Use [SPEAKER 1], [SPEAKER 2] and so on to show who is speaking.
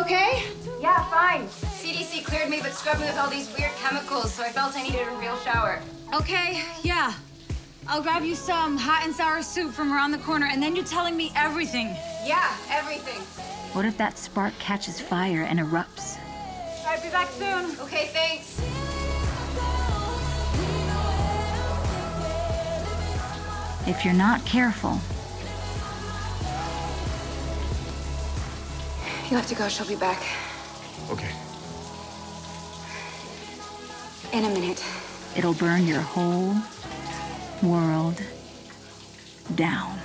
[SPEAKER 1] okay?
[SPEAKER 2] Yeah, fine. CDC cleared me, but scrubbed me with all these weird chemicals, so I felt I needed a real shower.
[SPEAKER 1] Okay, yeah. I'll grab you some hot and sour soup from around the corner, and then you're telling me everything.
[SPEAKER 2] Yeah, everything.
[SPEAKER 3] What if that spark catches fire and erupts?
[SPEAKER 2] I'll be back soon. Okay, thanks.
[SPEAKER 3] If you're not careful,
[SPEAKER 2] You have to go. She'll be back
[SPEAKER 4] Okay.
[SPEAKER 2] in a minute.
[SPEAKER 3] it'll burn your whole world down.